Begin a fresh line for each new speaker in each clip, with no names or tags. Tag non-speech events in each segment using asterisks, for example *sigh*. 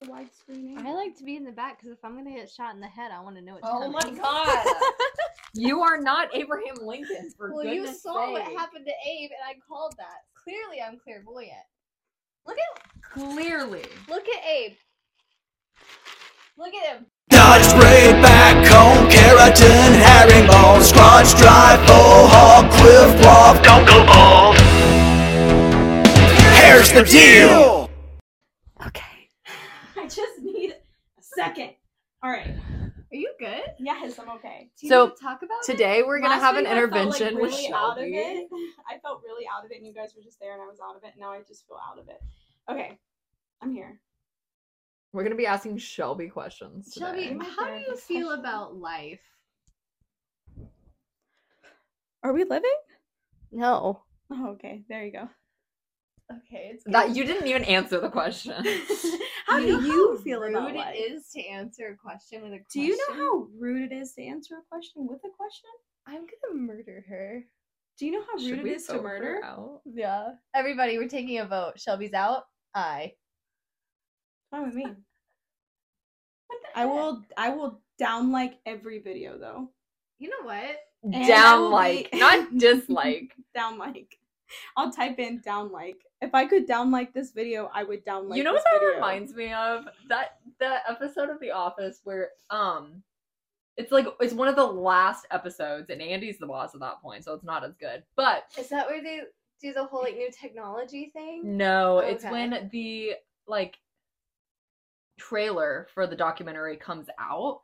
the widescreen.
I like to be in the back because if I'm gonna get shot in the head, I want to know it's
Oh
coming. *laughs*
my
*laughs*
god! you are not Abraham Lincoln for
Well, you
goodness
saw what
sake.
happened to Abe, and I called that. Clearly, I'm clairvoyant. Look at
Clearly,
look at Abe. Look at him.
Dutch braid back home, keratin, herringbone, scrunch dry, faux hog, quiff waff, don't go off. Here's the deal.
Okay.
*laughs* I just need a second. All right.
Are you good?
Yes, I'm okay.
Do you
So,
need to talk about it?
Today we're gonna
Last
have an
week I felt, like,
intervention with
really out of
Shelby.
it. *laughs* I felt really out of it, and you guys were just there, and I was out of it. And now I just feel out of it. Okay, I'm here.
We're gonna be asking Shelby questions. Today.
Shelby,
Oh my
how do
God,
you
this
feel
question.
about life?
Are we living?
no,
Oh, okay. There you go.
Okay, it's
that you didn't even answer
*laughs*
the question.
*laughs* How do you feel
rude
about
it
life?
is to answer a question with a question.
Do you know how rude it is to answer a question with a question?
I'm gonna murder her?
Do you know how
*laughs* Should
rude
we
it is to
vote her
murder?
out?
Yeah. Everybody, we're taking a vote. Shelby's out. I.
Fine with me.
*laughs*
I will. I will down like every video though.
You know what?
I will
Down
be-
like,
*laughs*
not dislike.
Down like. *laughs* I'll type in down like. If I could down like this video, I would down like.
you know
this
what that
video.
reminds me of that that episode of the office where um it's like it's one of the last episodes and andy's the boss at that point so it's not as good but
Is that where they do the whole like new technology thing?
no it's
Okay.
when the like trailer for the documentary comes out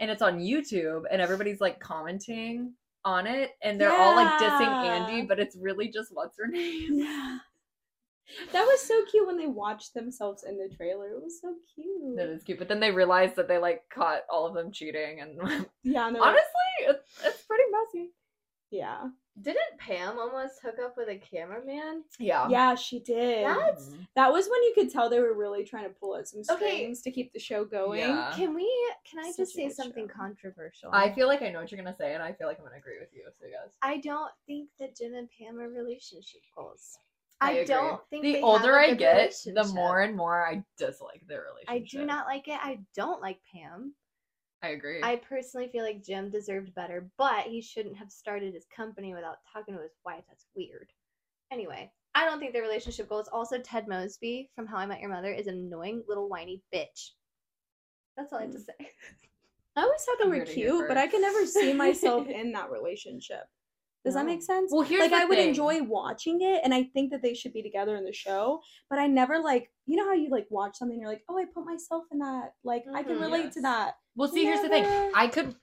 and it's on youtube and everybody's like commenting on it and they're all like dissing andy
Yeah.
but it's really just what's her name
Yeah. *laughs* That was so cute when they watched themselves in the trailer. It was so cute.
that is cute but then they realize that they like caught all of them cheating and *laughs*
yeah. and they're like-
Honestly, it's, it's pretty messy.
yeah.
Didn't Pam almost hook up with a cameraman?
Yeah. Mm-hmm.
Yeah, she did.
That-
That was when you could tell they were really trying to pull at some
Okay.
strings to keep the show going.
Yeah.
Can we? Can I just
Such a
say
good
something
show.
controversial?
I feel like I know what you're gonna say, and I feel like I'm gonna agree with you. So yes.
I don't think that Jim and Pam are relationship goals.
I
I,
agree.
don't think they
the
have
older
a
I
good
get, the
relationship.
more and more I dislike their
I
relationship.
do not like it. I don't like Pam.
I agree.
I personally feel like Jim deserved better, but he shouldn't have started his company without talking to his wife. That's weird. Anyway, I don't think their relationship goals. Also, Ted Mosby from How I Met Your Mother is an annoying little whiny bitch. That's all I have
Mm.
to say.
I always thought they
You
were
heard it here
cute, but I could never
first.
see
*laughs*
myself in that relationship. Does that
No.
make sense?
well, here's
like
the
I would
thing.
enjoy watching it and I think that they should be together in the show, but I never like you know how you like watch something and you're like, "Oh, I put myself in that." Like, I can
Mhm.
relate to
Mm-hmm. Yes.
that.
Well, see, here's the thing.
Never.
I could.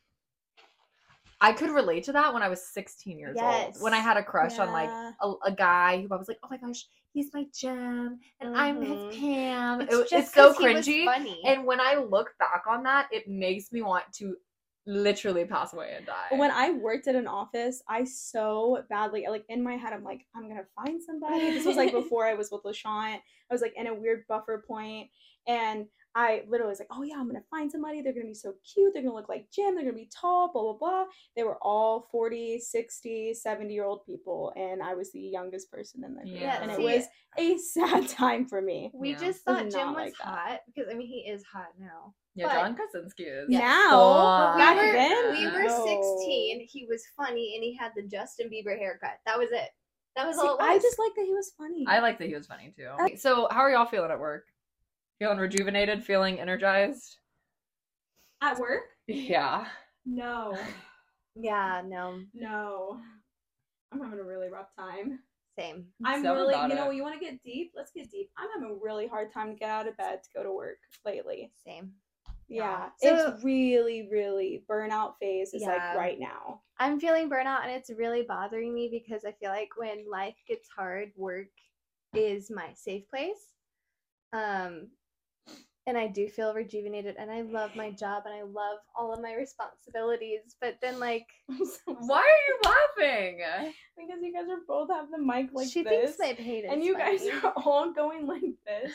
I could relate to that when I was 16 years old. When I
Yes.
had a crush on like
Yeah.
a, a guy who I was like, oh my gosh, he's my gem, and I'm
Mhm.
Mm-hmm.
his
Um,
Pam.
*laughs*
It
It's
was- It's,
just
so
'cause he was
cringy.
funny.
And when I look back on that, it makes me want to literally pass away and die.
When I worked at an office, I so badly like in my head, I'm like, I'm gonna find somebody. This was like
*laughs*
before I was with Lashant. I was like in a weird buffer point, and I literally was like, oh yeah, I'm gonna find somebody. They're gonna be so cute. They're gonna look like Jim. They're gonna be tall. Blah blah blah. They were all 40, 60, 70 year old people, and I was the youngest person in the group.
Yeah,
and it
see,
was a sad time for me.
We
Yeah.
Was
just thought Jim
not
was
like that.
hot because I mean he is hot now.
yeah,
but-
John Krasinski is.
Yeah.
Now,
But
we
back
were-
then,
We were
no.
sixteen. He was funny and he had the Justin Bieber haircut. That was it. That was
See,
all it was.
I just like that he was funny.
I like that he was funny too. So, how are y'all feeling at work? Feeling rejuvenated? Feeling energized? *laughs*
at work.
Yeah.
No.
yeah, no,
No. I'm having a really rough time.
same.
I'm
Tell me
really,
about
you know,
it.
you want to get deep? Let's get deep. I'm having a really hard time to get out of bed to go to work lately.
Same.
Yeah.
So-
it's really, really burnout phase is
Yeah.
like right now. *laughs*
I'm feeling burnout and it's really bothering me because I feel like when life gets hard, work is my safe place. Um and I do feel rejuvenated and I love my job and I love all of my responsibilities, but then like
I'm so
Why
sorry.
are you laughing?
Because you guys are both have the mic like
she
this.
thinks my pain is *laughs*
and you guys
funny.
are all going like this.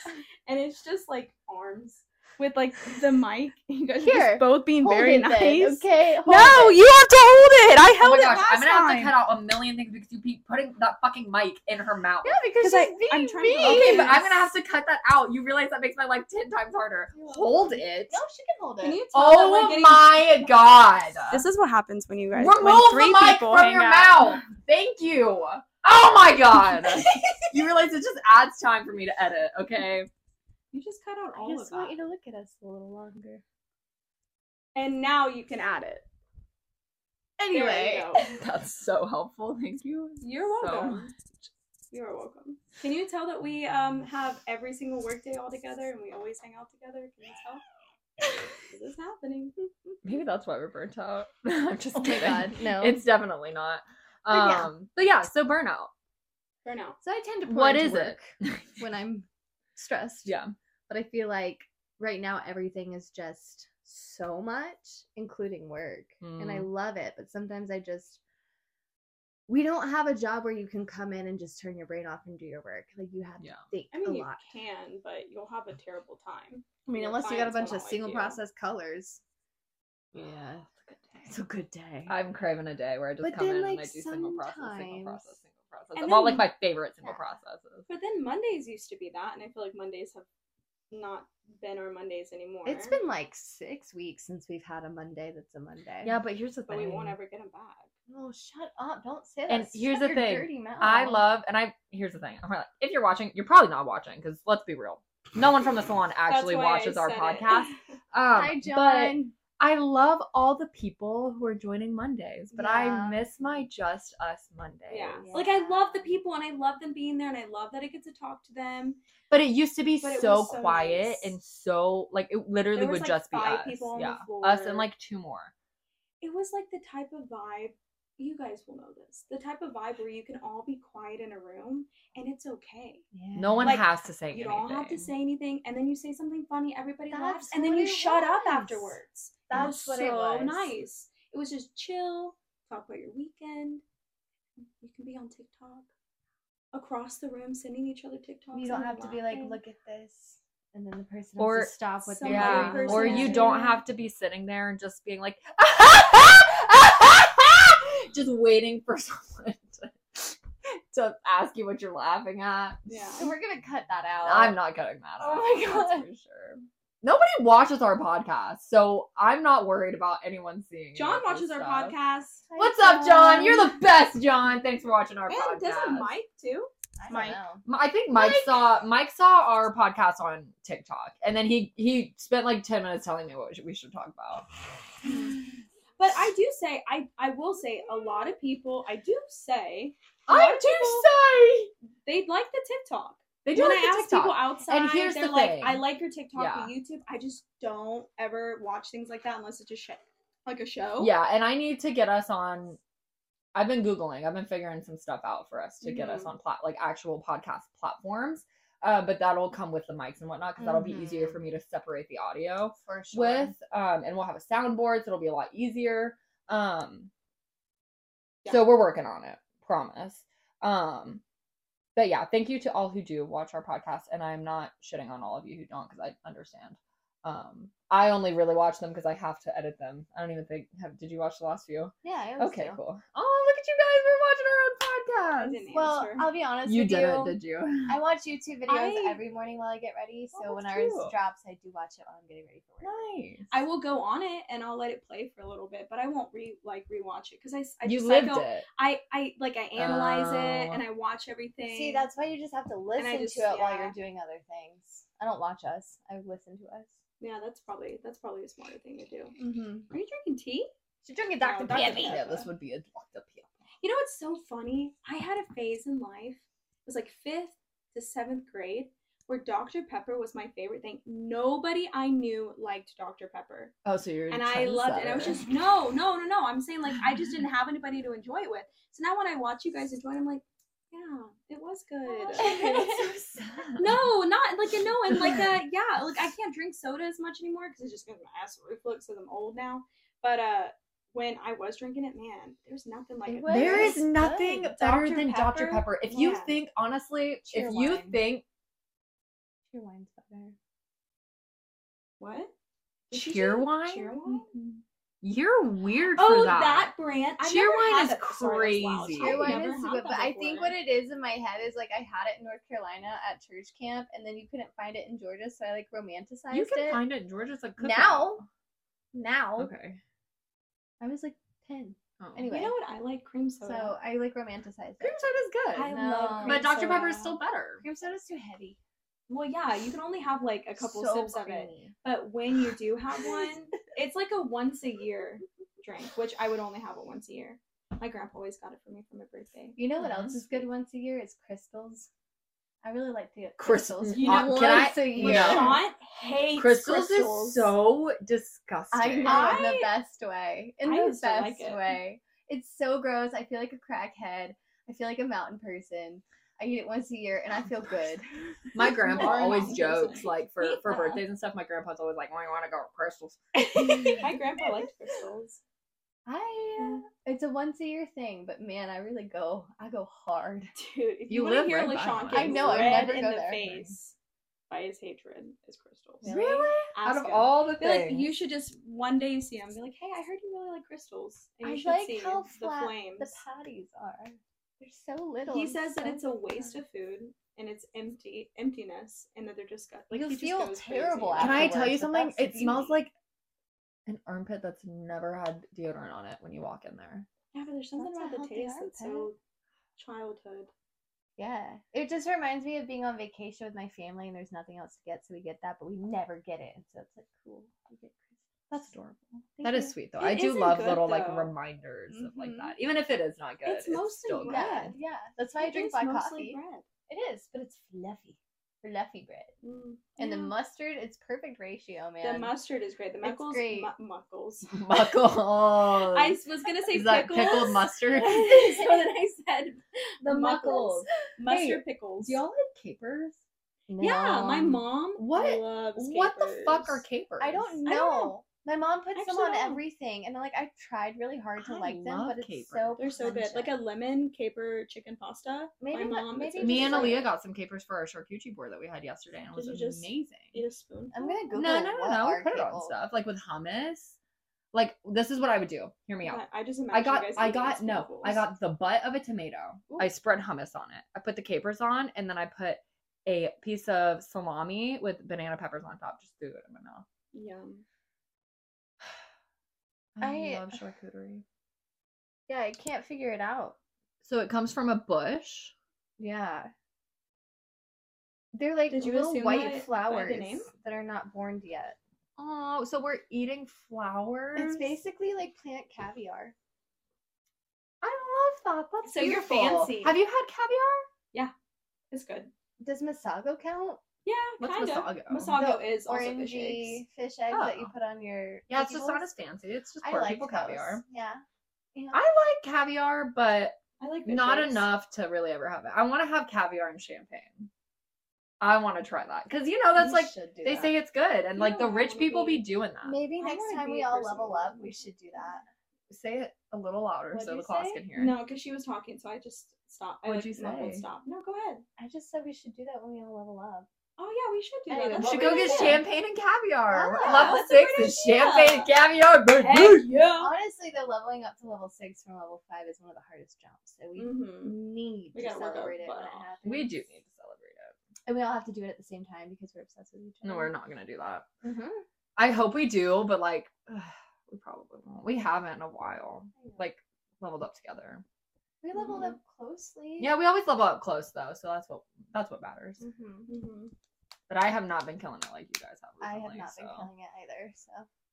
And it's just like arms. with like the mic. *laughs* You guys are
Here,
just both being
Hold
very
it
nice.
then, okay. hold
No,
it.
you have to hold it. I held
Oh my
it
gosh,
last
I'm gonna have to
time.
cut out a million things because you keep putting that fucking mic in her mouth.
Yeah, because
'Cause
she's
I-
being
I'm trying to-
mean.
Okay, but I'm gonna have to cut that out. You realize that makes my life ten times harder. Hold it.
No, she can hold it.
Can you tell that we're
Oh
getting- *laughs*
my god.
This is what happens when you guys
Remove
when three
the mic
people
from
hang
your
out.
mouth. Thank you. Oh my
*laughs*
god. you realize it just adds time for me to edit, okay?
You just cut out
I just want you to look at us a little longer.
And now you can add it. There you
Anyway,
go.
That's so helpful. Thank you.
*laughs* You're
so
welcome.
much.
You're welcome. Can you tell that we um have every single workday all together and we always hang out together? Can you tell? this is happening.
Maybe that's why we're burnt out. *laughs* I'm just
oh my
kidding.
god, no.
It's definitely not.
But yeah.
Um, but yeah, so burnout.
For now.
so I tend to pour
What
into
is it?
work when I'm stressed.
Yeah.
But I feel like right now everything is just so much, including work. And
Mm.
I love it. But sometimes I just, we don't have a job where you can come in and just turn your brain off and do your work. Like you have
Yeah.
to think
I mean,
a
you
lot.
can, but you'll have a terrible time.
I mean,
your
unless you got a
clients
bunch
will
of
not like
single
you.
process colors.
Yeah.
It's a good day.
I'm craving a day where I just
But
come
then,
in and I
like,
do single process, single
sometimes-
process, single process.
And
of all like
then-
my favorite single
Yeah.
processes.
But then Mondays used to be that, and I feel like Mondays have not been our Mondays anymore.
It's been like six weeks since we've had a Monday that's a Monday.
Yeah, but here's the
but we
thing.
won't ever get them back.
No, Oh, shut up. Don't say that.
And here's
Shut
the
your
thing.
dirty mouth.
I love, and I here's the thing. I'm like, if you're watching, you're probably not watching because let's be real, no one from the salon
That's
actually
why I
watches our
said it.
podcast.
*laughs*
Um,
Hi,
But
John.
I love all the people who are joining Mondays, but
Yeah.
I miss my just us Mondays.
yeah.
Yeah.
Like I love the people and I love them being there and I love that I get to talk to them.
But it used to be
But it
so
was so
quiet
nice.
and so like it literally
There was,
would
like,
just be
five
us.
people on the
yeah. Us
floor.
and like two more.
It was like the type of vibe you guys will know this. The type of vibe where you can all be quiet in a room and it's okay.
No one
Like,
has to say
You
anything.
don't have to say anything, and then you say something funny, everybody laughs,
That's
and then
what
you
it
shut up
was.
afterwards. It was
That's what it was.
So nice. It was just chill. Talk about your weekend. You can be on TikTok across the room, sending each other TikToks.
You don't
and
have to be like,
laughing.
look at this, and then the person
Or-
has to stop what
Some
they're
yeah.
other
doing.
Or
person
you
is
don't
doing
have to be sitting there and just being like just waiting for someone to, to ask you what you're laughing at.
Yeah.
And we're gonna cut that out.
I'm not cutting that
Oh
out.
my
that's
God.
for sure. Nobody watches our podcast, so I'm not worried about anyone seeing. any
John
of this
watches our
stuff.
podcast.
Hi,
What's up, John? You're the best, John. Thanks for watching our podcast.
And doesn't Mike too?
I don't
Mike.
know.
M- I think Mike,
Mike!
saw Mike saw our podcast on TikTok, and then he he spent like ten minutes telling me what we should- we should talk about.
But I do say, I I will say, a lot of people, I do say, A lot
I
of people-
do
they like the TikTok.
say they do
when
like
I
the
ask people
TikTok.
outside,
And here's
they're
the
like,
thing.
I like your TikTok
Yeah.
or YouTube. I just don't ever watch things like that unless it's a shit, like a show.
Yeah, and I need to get us on. I've been googling. I've been figuring some stuff out for us to get us
Mhm.
on plat like actual podcast platforms. Uh, but that'll come with the mics and whatnot because that'll be easier
Mhm.
for me to separate the audio.
For sure.
with um and we'll have a soundboard so it'll be a lot easier um so we're working on it promise um but yeah thank you to all who do watch our podcast and i'm not shitting on all of you who don't because i understand um i only really watch them because i have to edit them i don't even think have did you watch the last few
yeah. I always
okay
do.
cool oh look at you guys we're watching our
I
own podcast
didn't
Well,
answer.
I'll be honest
you
with
didn't
you.
did you
I watch YouTube videos
I-
every morning while I get ready. So
Oh,
when
that's
ours
cute.
drops, I do watch it while I'm getting ready for work.
nice
I will go on it and I'll let it play for a little bit, but I won't re like rewatch it because I, s- I
you
just,
lived
I, go,
it
I I like I analyze it
Oh.
and I watch everything.
See, that's why you just have to listen
just-
to it while
yeah.
you're doing other things. I don't watch us. I listen to us.
yeah, that's probably that's probably a smarter thing to do.
Mm-hmm.
Are you drinking tea?
She's drinking
No,
Dr.
Dr.
Pepper.
Pepper.
yeah this would be a
You know what's so funny? I had a phase in life. It was like fifth to seventh grade where Dr Pepper was my favorite thing. Nobody I knew liked Dr Pepper.
oh so you're a
and I loved it. And I was
trendsetter.
*laughs*
just no, no, no, no. I'm saying like I just didn't have anybody to enjoy it with. So now when I watch you guys enjoy it, I'm like, yeah, it was good.
*laughs*
*laughs*
That's so sad.
no, not like a no, and like uh yeah, like I can't drink soda as much anymore because it just gives my acid reflux because I'm old now. But uh, when I was drinking it, man, there's nothing like
It
it.
was-
There is
Good.
nothing
Dr.
better than Dr.
Pepper?
Pepper. If you
Yeah.
think, honestly,
Cheer
if you
wine.
think,
Your wine's better.
What? Did you say
Cheerwine?
Cheerwine?
Mm-hmm.
You're weird for
Oh,
that.
that. brand. I've
Cheer
never
wine
had
is
that- sorry, that's loud.
crazy.
I've
Cheer
Your wine
never
is
had
good,
that
but I think
before.
what it is in my head is like I had it in North Carolina at church camp, and then you couldn't find it in Georgia, so I like romanticized
You can
it.
find it in Georgia's like cookout.
Now. now
Okay.
I was like ten,
Oh.
Anyway.
You know what I like? Cream soda.
so I like romanticized
cream
it.
soda is good,
I
No.
love cream
but Dr
soda.
Pepper is still better.
Cream soda's too heavy.
Well, yeah, you can only have like a couple
So
sips of it.
creamy.
But when you do have
*laughs*
one, it's like a once a year drink, which I would only have it once a year. My grandpa always got it for me for my birthday.
You know what
Mhm.
else is good once a year? Is crystals. I really like to get
Crys-
crystals.
You know,
once
can I-
a
you
year.
know-
Sean hates
Crystals,
crystals.
is so disgusting.
I know in the
I-
best way. In
I
the
used
best
to like it.
way. It's so gross. I feel like a crackhead. I feel like a mountain person. I eat it once a year and I feel
*laughs*
good.
My grandpa
Or
always
not.
jokes like for for
Yeah.
birthdays and stuff. My grandpa's always like, "Well, you want to go with crystals?"
*laughs* My
*laughs*
grandpa liked crystals.
I it's a once a year thing, but man, I really go. I go hard.
Dude, if
You
you, want
live
to hear
right by
LaShawn
one.
get
I know, I'd
red
never
in
go
the
there.
face by his hatred is crystals.
Really?
Out
Ask
of
him.
all the
I feel like
things,
you should just one day see him and be like, hey, I heard you really like crystals. And you
I
should
like
see
how
the
flat
flames.
The patties are. They're so little.
he
and
says that
so
it's a
good.
waste of food and it's empty emptiness and that they're just got, like
You
he just
feel
goes
terrible
crazy.
Can I tell you
afterwards, but
something?
that's
It
the
smells
beauty.
like an armpit that's never had deodorant on it when you walk in there.
Yeah, but there's something
That's a
about the
healthy
taste that's so
armpit.
childhood.
Yeah. It just reminds me of being on vacation with my family and there's nothing else to get, so we get that, but we never get it. And so it's like cool. We get crystals.
That's adorable.
Thank
That
you.
is sweet though.
It
I do
isn't
love
good,
little like
though.
reminders of like
Mhm.
that. Even if it is not good,
It's
it's,
mostly
still good.
bread.
*laughs*
Yeah, yeah. That's why I
It
drink
is
black
mostly
coffee.
bread.
It is, but it's fluffy. Fluffy bread.
Mm,
And the
yeah.
mustard, it's perfect ratio, man.
the
*laughs*
mustard is great. The
It's
muckles,
great.
mu- muckles.
Muckles.
I was gonna say
is that
pickles.
pickled
*laughs*
*laughs* mustard?
*laughs*
so then I said
the
muckles.
muckles.
*laughs* mustard pickles.
Do y'all like capers?
yeah, my
No.
mom.
What-
Loves
What the fuck are
capers.
capers?
I don't
I
know.
don't know.
My mom puts them
actually don't
on
know.
everything, and like I tried really hard to
I
like them,
love
but it's so
capers.
They're so good. Like a
pungent.
lemon caper chicken pasta.
Maybe
my
not-
mom. it's
maybe
amazing.
Me and
just like-
Aaliyah got some capers for our charcuterie board that we had yesterday, and it was
Did you just
amazing.
Eat a spoon.
I'm gonna Google.
No, no, no,
what
no.
are
Put it on
pickles.
stuff like with hummus. Like this is what I would do. Hear me out.
I just imagine
I
you
got,
guys
I
eating
got no,
spoonfuls.
I got the butt of a tomato. I spread hummus on it. I put the capers on, and then I put a piece of salami with banana peppers on top. Just threw it in my mouth.
Yum.
I,
I-
love charcuterie.
Yeah, I can't figure it out.
So it comes from a bush.
Yeah. They're like
Did you
little
assume
white
that by the
flowers
name?
that are not born yet.
Oh, so we're eating flowers.
It's basically like plant caviar.
I love that. That's
So you're
beautiful.
fancy.
Have you had caviar?
It's good.
Does Masago count?
Yeah,
What's
kind of.
Masago?
Masago
The
is also fish
orangey
eggs.
fish eggs that you
Oh.
put on your
Yeah, it's just not
vegetables?
as fancy. It's just
I
poor
like
people
those.
caviar.
Yeah. Yeah.
I like caviar, but
I like fish
not
eggs.
enough to really ever have it. I want to have caviar and champagne. I want to try that because you know that's
You
like
should do
they
that.
say it's good, and
You
like
know
the
what I
rich
wanna
people be
be?
doing that.
Maybe
I
next
wanna
time
be
we
a
all
person
level
with
up,
one.
we should do that.
Say it a little louder
What'd
so the
you
class
say?
can hear.
No, because she was talking, so I just stopped. I
What'd
like,
you
mumbled
say.
Stop. No, go ahead.
I just said we should do that when we all level up.
Oh yeah, we should do
Anyway,
that.
We
That's
should
a
go
great
get
idea.
champagne and caviar.
Yeah,
Level
that's a
six
great
is
idea.
champagne and caviar.
Heck
baby.
yeah.
Honestly, the leveling up to level six from level five is one of the hardest jumps. So
Mm.
we
Mhm.
need
We
to
gotta work our
celebrate it when
butt
it
off.
happens.
We do need to celebrate it.
and we all have to do it at the same time because we're obsessed with each other.
No, we're not gonna do that.
Mhm.
I hope we do, but like *sighs* we probably won't. We haven't in a while. Like leveled up together.
We leveled
Mhm.
up closely.
Yeah, we always level up close though, so that's what that's what matters.
hmm
Mhm.
But I have not been killing it like you guys have.
I have
Recently,
not been
so.
killing it either. So,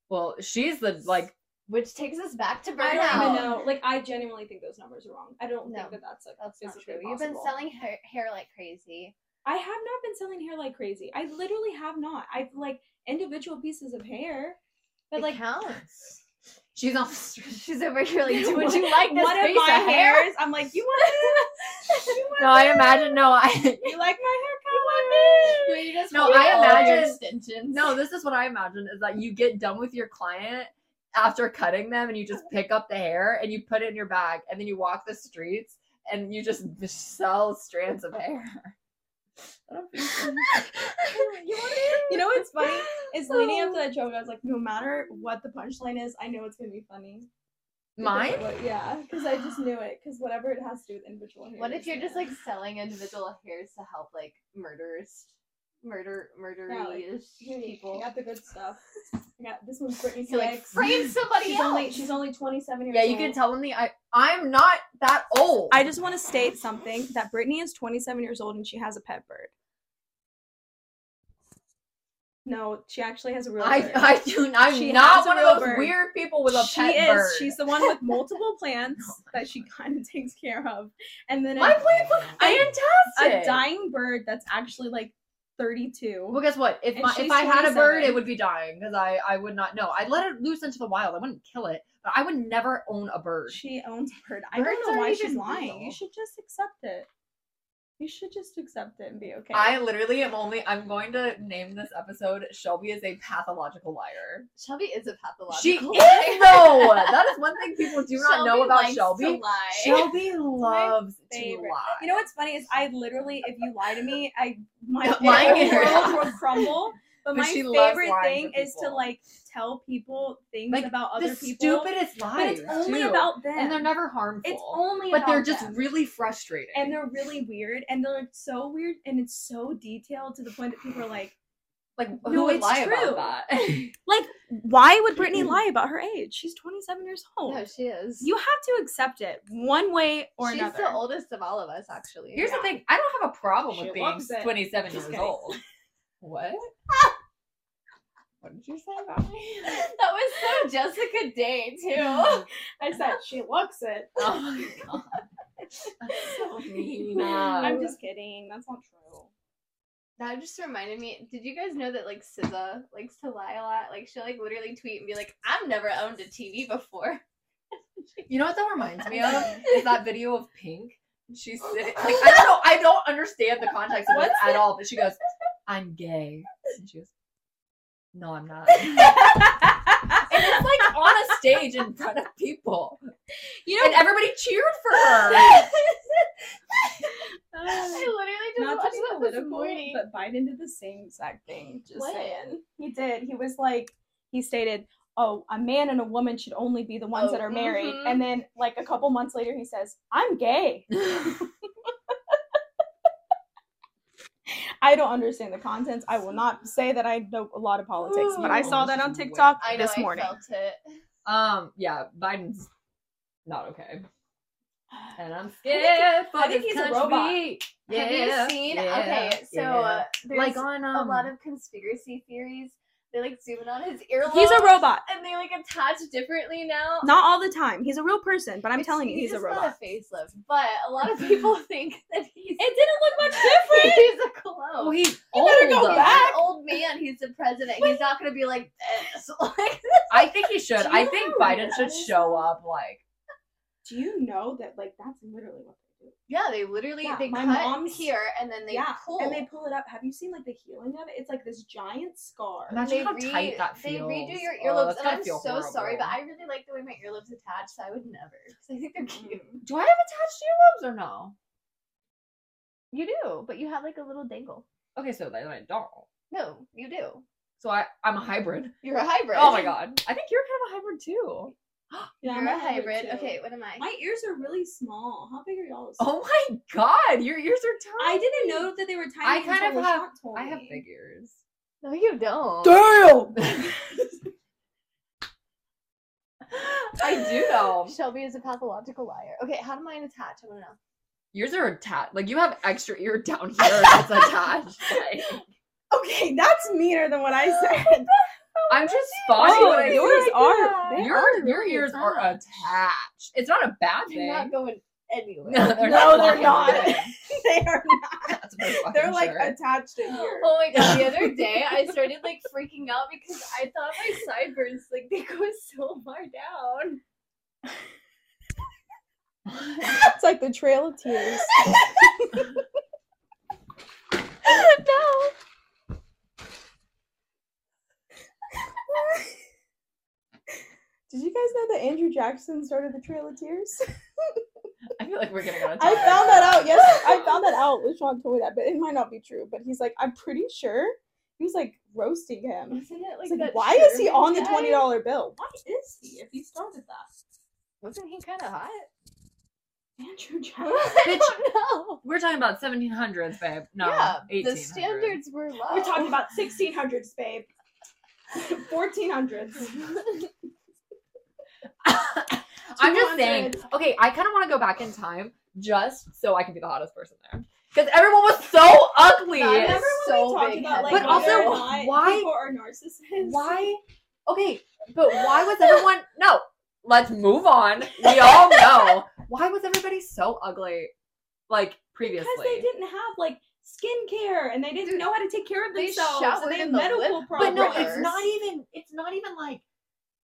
Well, she's the like
which takes us back to burnout.
I don't even know. Like, I genuinely think those numbers are wrong. I don't
No,
think that that's like
That's not
physically
true. You've been
possible.
selling hair, hair like crazy. *laughs*
I have not been selling hair like crazy. I literally have not. I've like individual pieces of hair, but
It
like
counts.
she's on the street.
She's over here *laughs*
*laughs*
like,
*laughs*
"Do- would you like this
one of
piece
my
of *laughs* hair?
hairs? I'm like, you want this? *laughs* You
*laughs*
want
No, I imagine no, I
You like my hair color?
You just
No,
want
I
all your
imagine-
extensions.
*laughs* no, this is what I imagine is that you get done with your client after cutting them and you just pick up the hair and you put it in your bag and then you walk the streets and you just sell strands of hair. I don't feel-
you know what's funny is leading up to
*laughs*
that joke. I was like, no matter what the punchline is, I know it's gonna be funny.
Mine?
Like, yeah, because I just knew it. Because whatever it has to do with individual.
What if
hairs,
you're just
yeah.
like selling individual hairs to help like murderers, murder murderers
Here, you- I
people?
got the good stuff. I got this one's Britney
You're like
Spears.
frame somebody
she's
else.
only she's only 27 years
yeah,
old.
you can tell them the I. I'm not that old.
I just want to state something that Brittany is 27 years old and she has a pet bird. No, she actually has a real
I,
bird.
I do. I'm
She has
not
a
one of
real
those
bird.
weird people with a
she
pet
is.
bird.
She's the one with multiple plants *laughs*
Oh my
that she kind of takes care of, and then
My
a,
plants look fantastic.
a dying bird that's actually like 32.
Well, guess what? If
And
my, if
she's
I had a bird,
27.
it would be dying because I I would not know. I'd let it loose into the wild. I wouldn't kill it, but I would never own a bird.
She owns a bird. I don't
Birds
know
aren't
why she's
even
lying.
real.
You should just accept it. You should just accept it and be okay.
I literally am only. I'm going to name this episode "Shelby is a pathological liar."
Shelby is a pathological. *laughs*
She
liar.
is though. That is one thing people do not know about
likes To
Shelby.
lie.
*laughs*
Shelby loves to
favorite.
lie.
You know what's funny is I literally, if you lie to me, I my
No,
my
mine
whole
is-
world will crumble. But,
But
my
she loves
favorite
lying
thing
to
is to
people.
like tell people things
Like,
about
the
other people.
stupidest lies.
but it's only
too.
about them,
and they're never harmful.
It's only
but they're
about
just
them.
really frustrating.
and they're really weird and they're so weird and it's so detailed to the point that people are like,
like who
No,
would
it's
lie
true.
*laughs* about that?
like why would
*clears throat*
Brittany lie about her age? She's 27 years old.
*laughs* No, she is.
you have to accept it one way or
She's
another.
the oldest of all of us, actually. *laughs*
Here's the thing: I don't have a problem with
She
being
loves it.
27
Just
years
kidding.
old. *laughs* What? what did you say about *laughs* me?
that was so Jessica Day
*laughs*
too. *laughs*
I said she looks it.
Oh my god, that's so mean.
I'm just kidding. That's not
*laughs*
true. *laughs*
That just reminded me. Did you guys know that like SZA likes to lie a lot? Like she'll like literally tweet and be like, "I've never owned a TV before." *laughs*
You know what that reminds me of is that video of Pink. She's sitting, like I don't know. I don't understand the context of this
What's
at all. But she goes, "I'm gay," and she goes, "No, I'm *laughs* not." And it's like on a stage in front of people. You know, and everybody cheered for her.
*laughs*
I literally just
Not to
watched
be
that this
political,
morning.
but Biden did the same exact thing. Just
What?
saying, he did. He was like, he stated, "Oh, a man and a woman should only be the ones
Oh,
that are married."
mhm.
And then, like a couple months later, he says, "I'm gay." I don't understand the contents. I will not say that I know a lot of politics, but I saw that on
Ooh.
TikTok
I know
this morning.
I felt it.
Um, yeah, Biden's not okay. And I'm
scared
for
this country.
Have you seen? okay, so uh, there's
like on
a
um,
lot of conspiracy theories. They like zoom in on his earlobe.
He's a robot.
and they like attach differently now.
Not all the time. He's a real person, but I'm
It's-
telling you, he's a
just got
robot.
a facelift, but a
*laughs*
lot of people think that *laughs* he's
It didn't look much different.
he's a clone.
oh, he's
You better go
old.
He's
back.
an old man. He's the president. He's not gonna be like this. *laughs* Like,
I think he should.
Do
I
you
think
know
Biden
that
should
is-
show up. Like,
Do you know that like that's literally what they do?
yeah, they literally
Yeah,
they
my
cut
mom's-
here and then they pull.
and they pull it up. Have you seen like the healing of it? It's like this giant scar. *laughs*
Imagine-
They
how tight that
They redo
feels.
your
Oh,
earlobes,
that's
and
gotta
I'm so
feel
sorry, but I
horrible.
really like the way my earlobes attach, so I would never. 'cause I think they're cute.
do I have attached earlobes or no?
You do, but you have like a little dangle.
Okay, so then I don't.
No, you do.
So I, I'm a hybrid.
You're a hybrid.
Oh my
*laughs*
god, I think you're kind of a hybrid too.
Yeah,
You're
I'm
a hybrid.
too.
Okay, what am I?
My ears are really small. How big are y'all's?
Oh my god, your ears are
I
tiny.
didn't know that they were tiny.
I kind
until
of
Lashant
have.
told
I have
me.
big ears.
No, you don't.
Damn!
I do though.
Shelby is a pathological liar. Okay, how do mine attach? I want to know.
*laughs* Yours are attached. Like you have extra ear down here
*laughs*
that's attached. Like,
Okay, that's meaner than *laughs* what I said.
I'm just spotting
Oh,
what I
yours
see.
are- they
Your
are
your
really
ears are
attached.
attached. It's not a bad thing.
You're not going anywhere.
no, *laughs* they're
No,
not.
they're
fucking
not.
*laughs* bad.
they are not.
That's for fucking
They're like
sure.
attached in here.
Oh my god! The other day, I started like freaking out because I thought my sideburns like they go so far down.
it's like the Trail of Tears.
no.
Did you guys know that Andrew Jackson started the Trail of Tears?
I feel like we're gonna go.
I found that out. Yes, I found that out. LaShawn told me that, but it might not be true. But he's like, I'm pretty sure he was like roasting him.
Wasn't it
It's like,
like, that
why is he
Sherman
on the
guy?
twenty dollar bill? Why is he? If he started that,
Wasn't he kind of hot?
Andrew Jackson.
*laughs* I don't know.
We're talking about 1700s, babe. No,
yeah,
1800s.
the standards were low.
We're talking about sixteen hundreds, babe. *laughs* Fourteen *laughs* hundreds.
I'm just saying.
200.
Okay, I kind of want to go back in time just so I can be the hottest person there because everyone was so ugly.
I
Remember
Yes.
when
So
we talked
big
about like
head. But also,
whether or not
why-
people are narcissists?
*laughs* Why? Okay, but why was *laughs* everyone? No, let's move on. We all know *laughs* why was everybody so ugly, like previously.
Because they didn't have like skincare and they didn't
Dude,
know how to take care of
they
themselves.
showered
And they had
in the
medical
lip
but
problems.
no,
Progress.
it's not e- even. It's not even like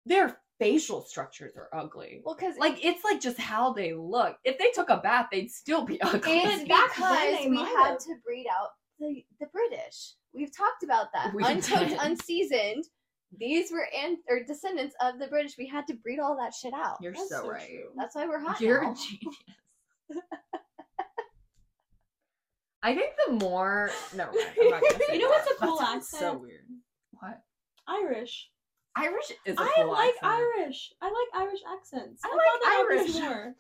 their facial structures are ugly.
well, because
Like it's like just how they look. If they took a bath, they'd still be ugly.
It's
But back then
because
they
we
might
had
have.
to breed out the, the British. We've talked about that.
We
Uncooked,
did.
*laughs* unseasoned. These were an- or descendants of the British. We had to breed all that shit out.
*laughs* You're
That's
so,
so
right.
true.
That's why we're hot
You're a
now.
genius. *laughs* I think the more never mind. I'm *laughs* not gonna say
You know what's
that.
a cool
That sounds So
accent?
weird. What?
Irish.
Irish is a
I
cool
like
accent.
Irish. I like Irish accents.
I
found that
like
out this
Irish.
more.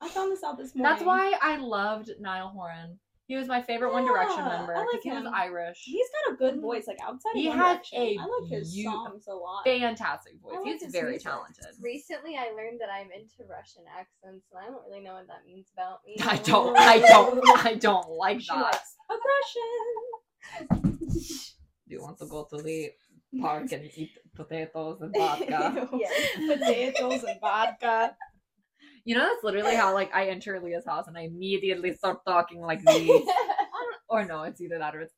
I found this out this morning.
That's why I loved Niall Horan. He was my favorite One Direction
Yeah, I
member because
like
he was
him.
Irish.
he's got a good voice. Like outside,
He
of One
has
Direction.
a
I like his
beau-
songs a lot.
Fantastic voice.
I like
He's
his
very
music.
talented.
Recently, I learned that I'm into Russian accents, and I don't really know what that means about me.
*laughs* I don't.
*laughs*
I don't. I don't like
She
that.
likes aggression.
Do you want to go
*laughs*
to the park and eat potatoes and vodka?
Yes.
Potatoes and vodka.
you know that's literally how like I enter Leah's house and I immediately start talking like this.
*laughs*
or no, it's either that or it's.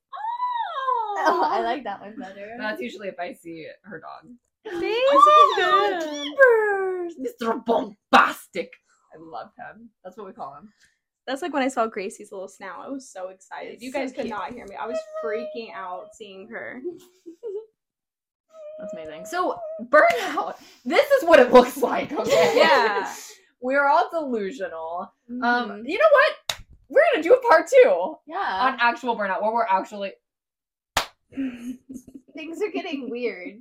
Oh, I like that one better.
That's usually if I see her dog.
I see him.
Mr. Bombastic. I love him. That's what we call him.
That's like when I saw Gracie's little snout. I was so excited.
It's
you
so
guys could
cute.
not hear me. I was freaking out seeing her.
That's amazing. So burnout. This is what it looks like. Okay.
*laughs* *laughs* Yeah. Mm-hmm.
We're all delusional.
Mm.
Um.
Mhm.
You know what? We're gonna do a part two
yeah,
on actual burnout, where we're actually
things are getting weird.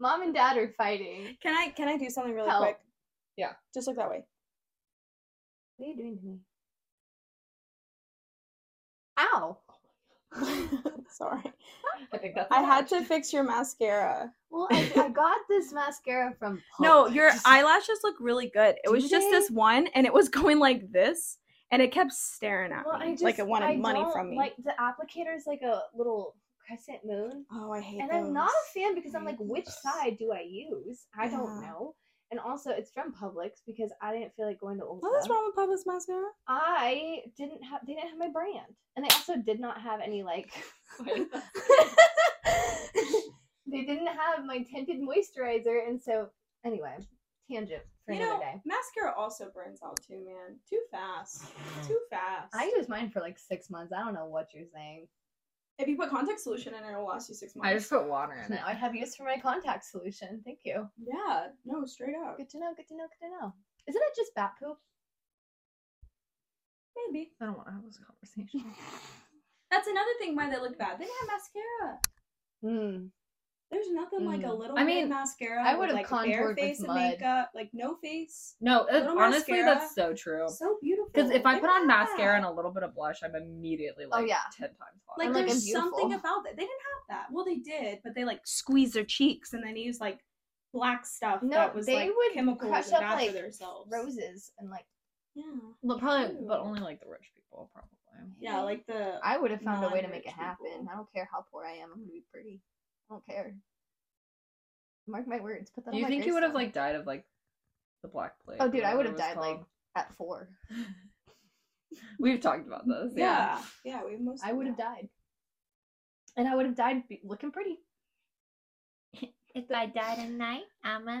Mom and dad are fighting.
Can I can I do something really
Help.
quick?
Yeah.
Just look *laughs* that way.
What are you doing to me? Ow!
Sorry.
I think that's.
I had to fix your mascara.
Well, I, I got this mascara from
No,
Poland.
your eyelashes look really good. It was
Do
just
they?
this one and it was *laughs* going like this and it kept staring at
Well,
me
I just,
like it wanted
I
money
don't
from me.
Like the applicator is like a little crescent moon,
oh, I hate
and I'm not a fan because I'm
hate
like, which
those.
side do I use? I don't
Yeah.
know. And also, it's from Publix because I didn't feel like going to Ulta.
What is wrong with Publix *laughs* mascara?
I didn't have they didn't have my brand, and they also did not have any like.
*laughs*
they didn't have my tinted moisturizer, and so anyway, tangent for
You
another
know,
day.
mascara also burns out too, man. Too fast. Too fast.
I used mine for like six months. I don't know what you're saying.
if you put contact solution in it, it'll last you six months.
I just put water in
No,
it.
I have used for my contact solution. Thank you.
yeah, no, straight up.
Good to know. Good to know. Good to know. Isn't it just bat poop?
Maybe.
I don't want to have this conversation.
*sighs* That's another thing why they look bad. They didn't have mascara.
Hmm.
Mm.
There's nothing like a
Mm.
little bit
I
of
mean,
mascara.
I
with,
would've
like bare
contoured with
face and
mud.
makeup, like no face.
No, it-
Little
honestly,
mascara.
that's so true.
So beautiful.
Because if I
They're
put on
not
mascara
bad.
and a little bit of blush, I'm immediately like
yeah.
ten times hotter.
like
I'm, like,
there's
I'm
something
beautiful.
about that. They didn't have that. Well, they did, but they like squeezed their cheeks and then used like black stuff
No,
that was
they
like
would
chemicals
crush
and
up,
bad
like,
for themselves.
Roses and like
Yeah.
Well, probably, but
Ew.
only like the rich people, probably.
Yeah, like the
I would have found a way to
Non-rich
make it happen.
people.
I don't care how poor I am. I'm gonna be pretty. I don't care. Mark my words. Put that.
Do
on
you
my
think you would have
gravestone.
like died of like the black plague?
Oh,
or
dude, I would
whatever
have
it was
died, like-
called?
at four?
We've talked about this. Yeah.
yeah, Oh, yeah, we most
I
*laughs*
would have died. And I would have died be- looking pretty.
If I die tonight, I'ma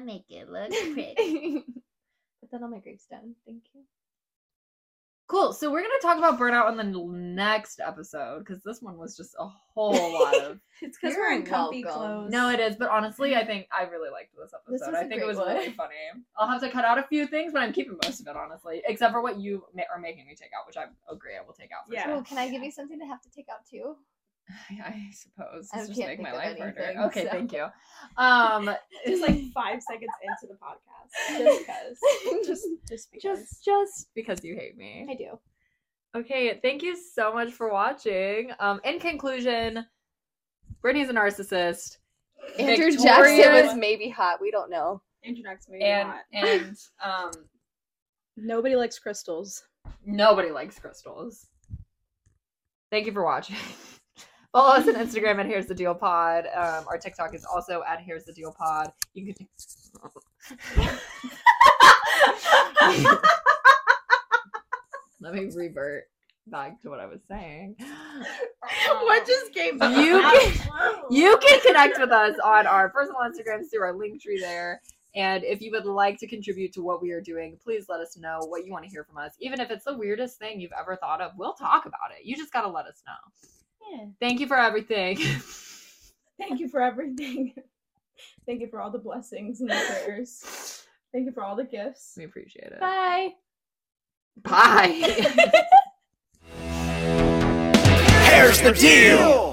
*laughs*
make it look pretty.
Put that on my gravestone. Thank you.
Cool. So we're gonna talk about burnout in the next episode because this one was just a
*laughs*
whole lot of.
It's because we're
You're
in comfy
welcome.
clothes.
no, it is. But honestly, I think I really liked this
This
episode.
was
I
a
think it
great
was
one.
really funny. I'll have to cut out a few things, but I'm keeping most of it honestly, except for what you ma- are making me take out, which I agree I will take out. For
Yeah.
sure. *laughs*
Oh, can I give you something to have to take out too?
I, I suppose
I
this just
can't
make
think
my
of
life
anything,
harder. Okay,
so.
thank you. Um,
just
*laughs*
like five seconds into the *laughs* podcast, just because, *laughs* just just because.
just just because you hate me.
I do.
Okay, thank you so much for watching. Um, in conclusion, Brittany's a narcissist,
Andrew
Victoria-
Jackson was maybe hot. We don't know.
Introducts me.
and
not.
and
*laughs*
um,
Nobody likes crystals.
nobody likes crystals. Thank you for watching. *laughs* Follow us on Instagram at Here's the Deal Pod. Um, our TikTok is also at Here's the Deal Pod. You can. *laughs* Let me revert back to what I was saying.
*laughs* what just came? *laughs*
You can you can connect with us on our personal Instagrams through our link tree there. And if you would like to contribute to what we are doing, please let us know what you want to hear from us. Even if it's the weirdest thing you've ever thought of, we'll talk about it. You just got to let us know.
Yeah.
Thank you for everything. *laughs*
Thank you for everything. *laughs* Thank you for all the blessings and the *laughs* prayers. Thank you for all the gifts.
we appreciate it.
Bye.
Bye. *laughs*
Here's the deal.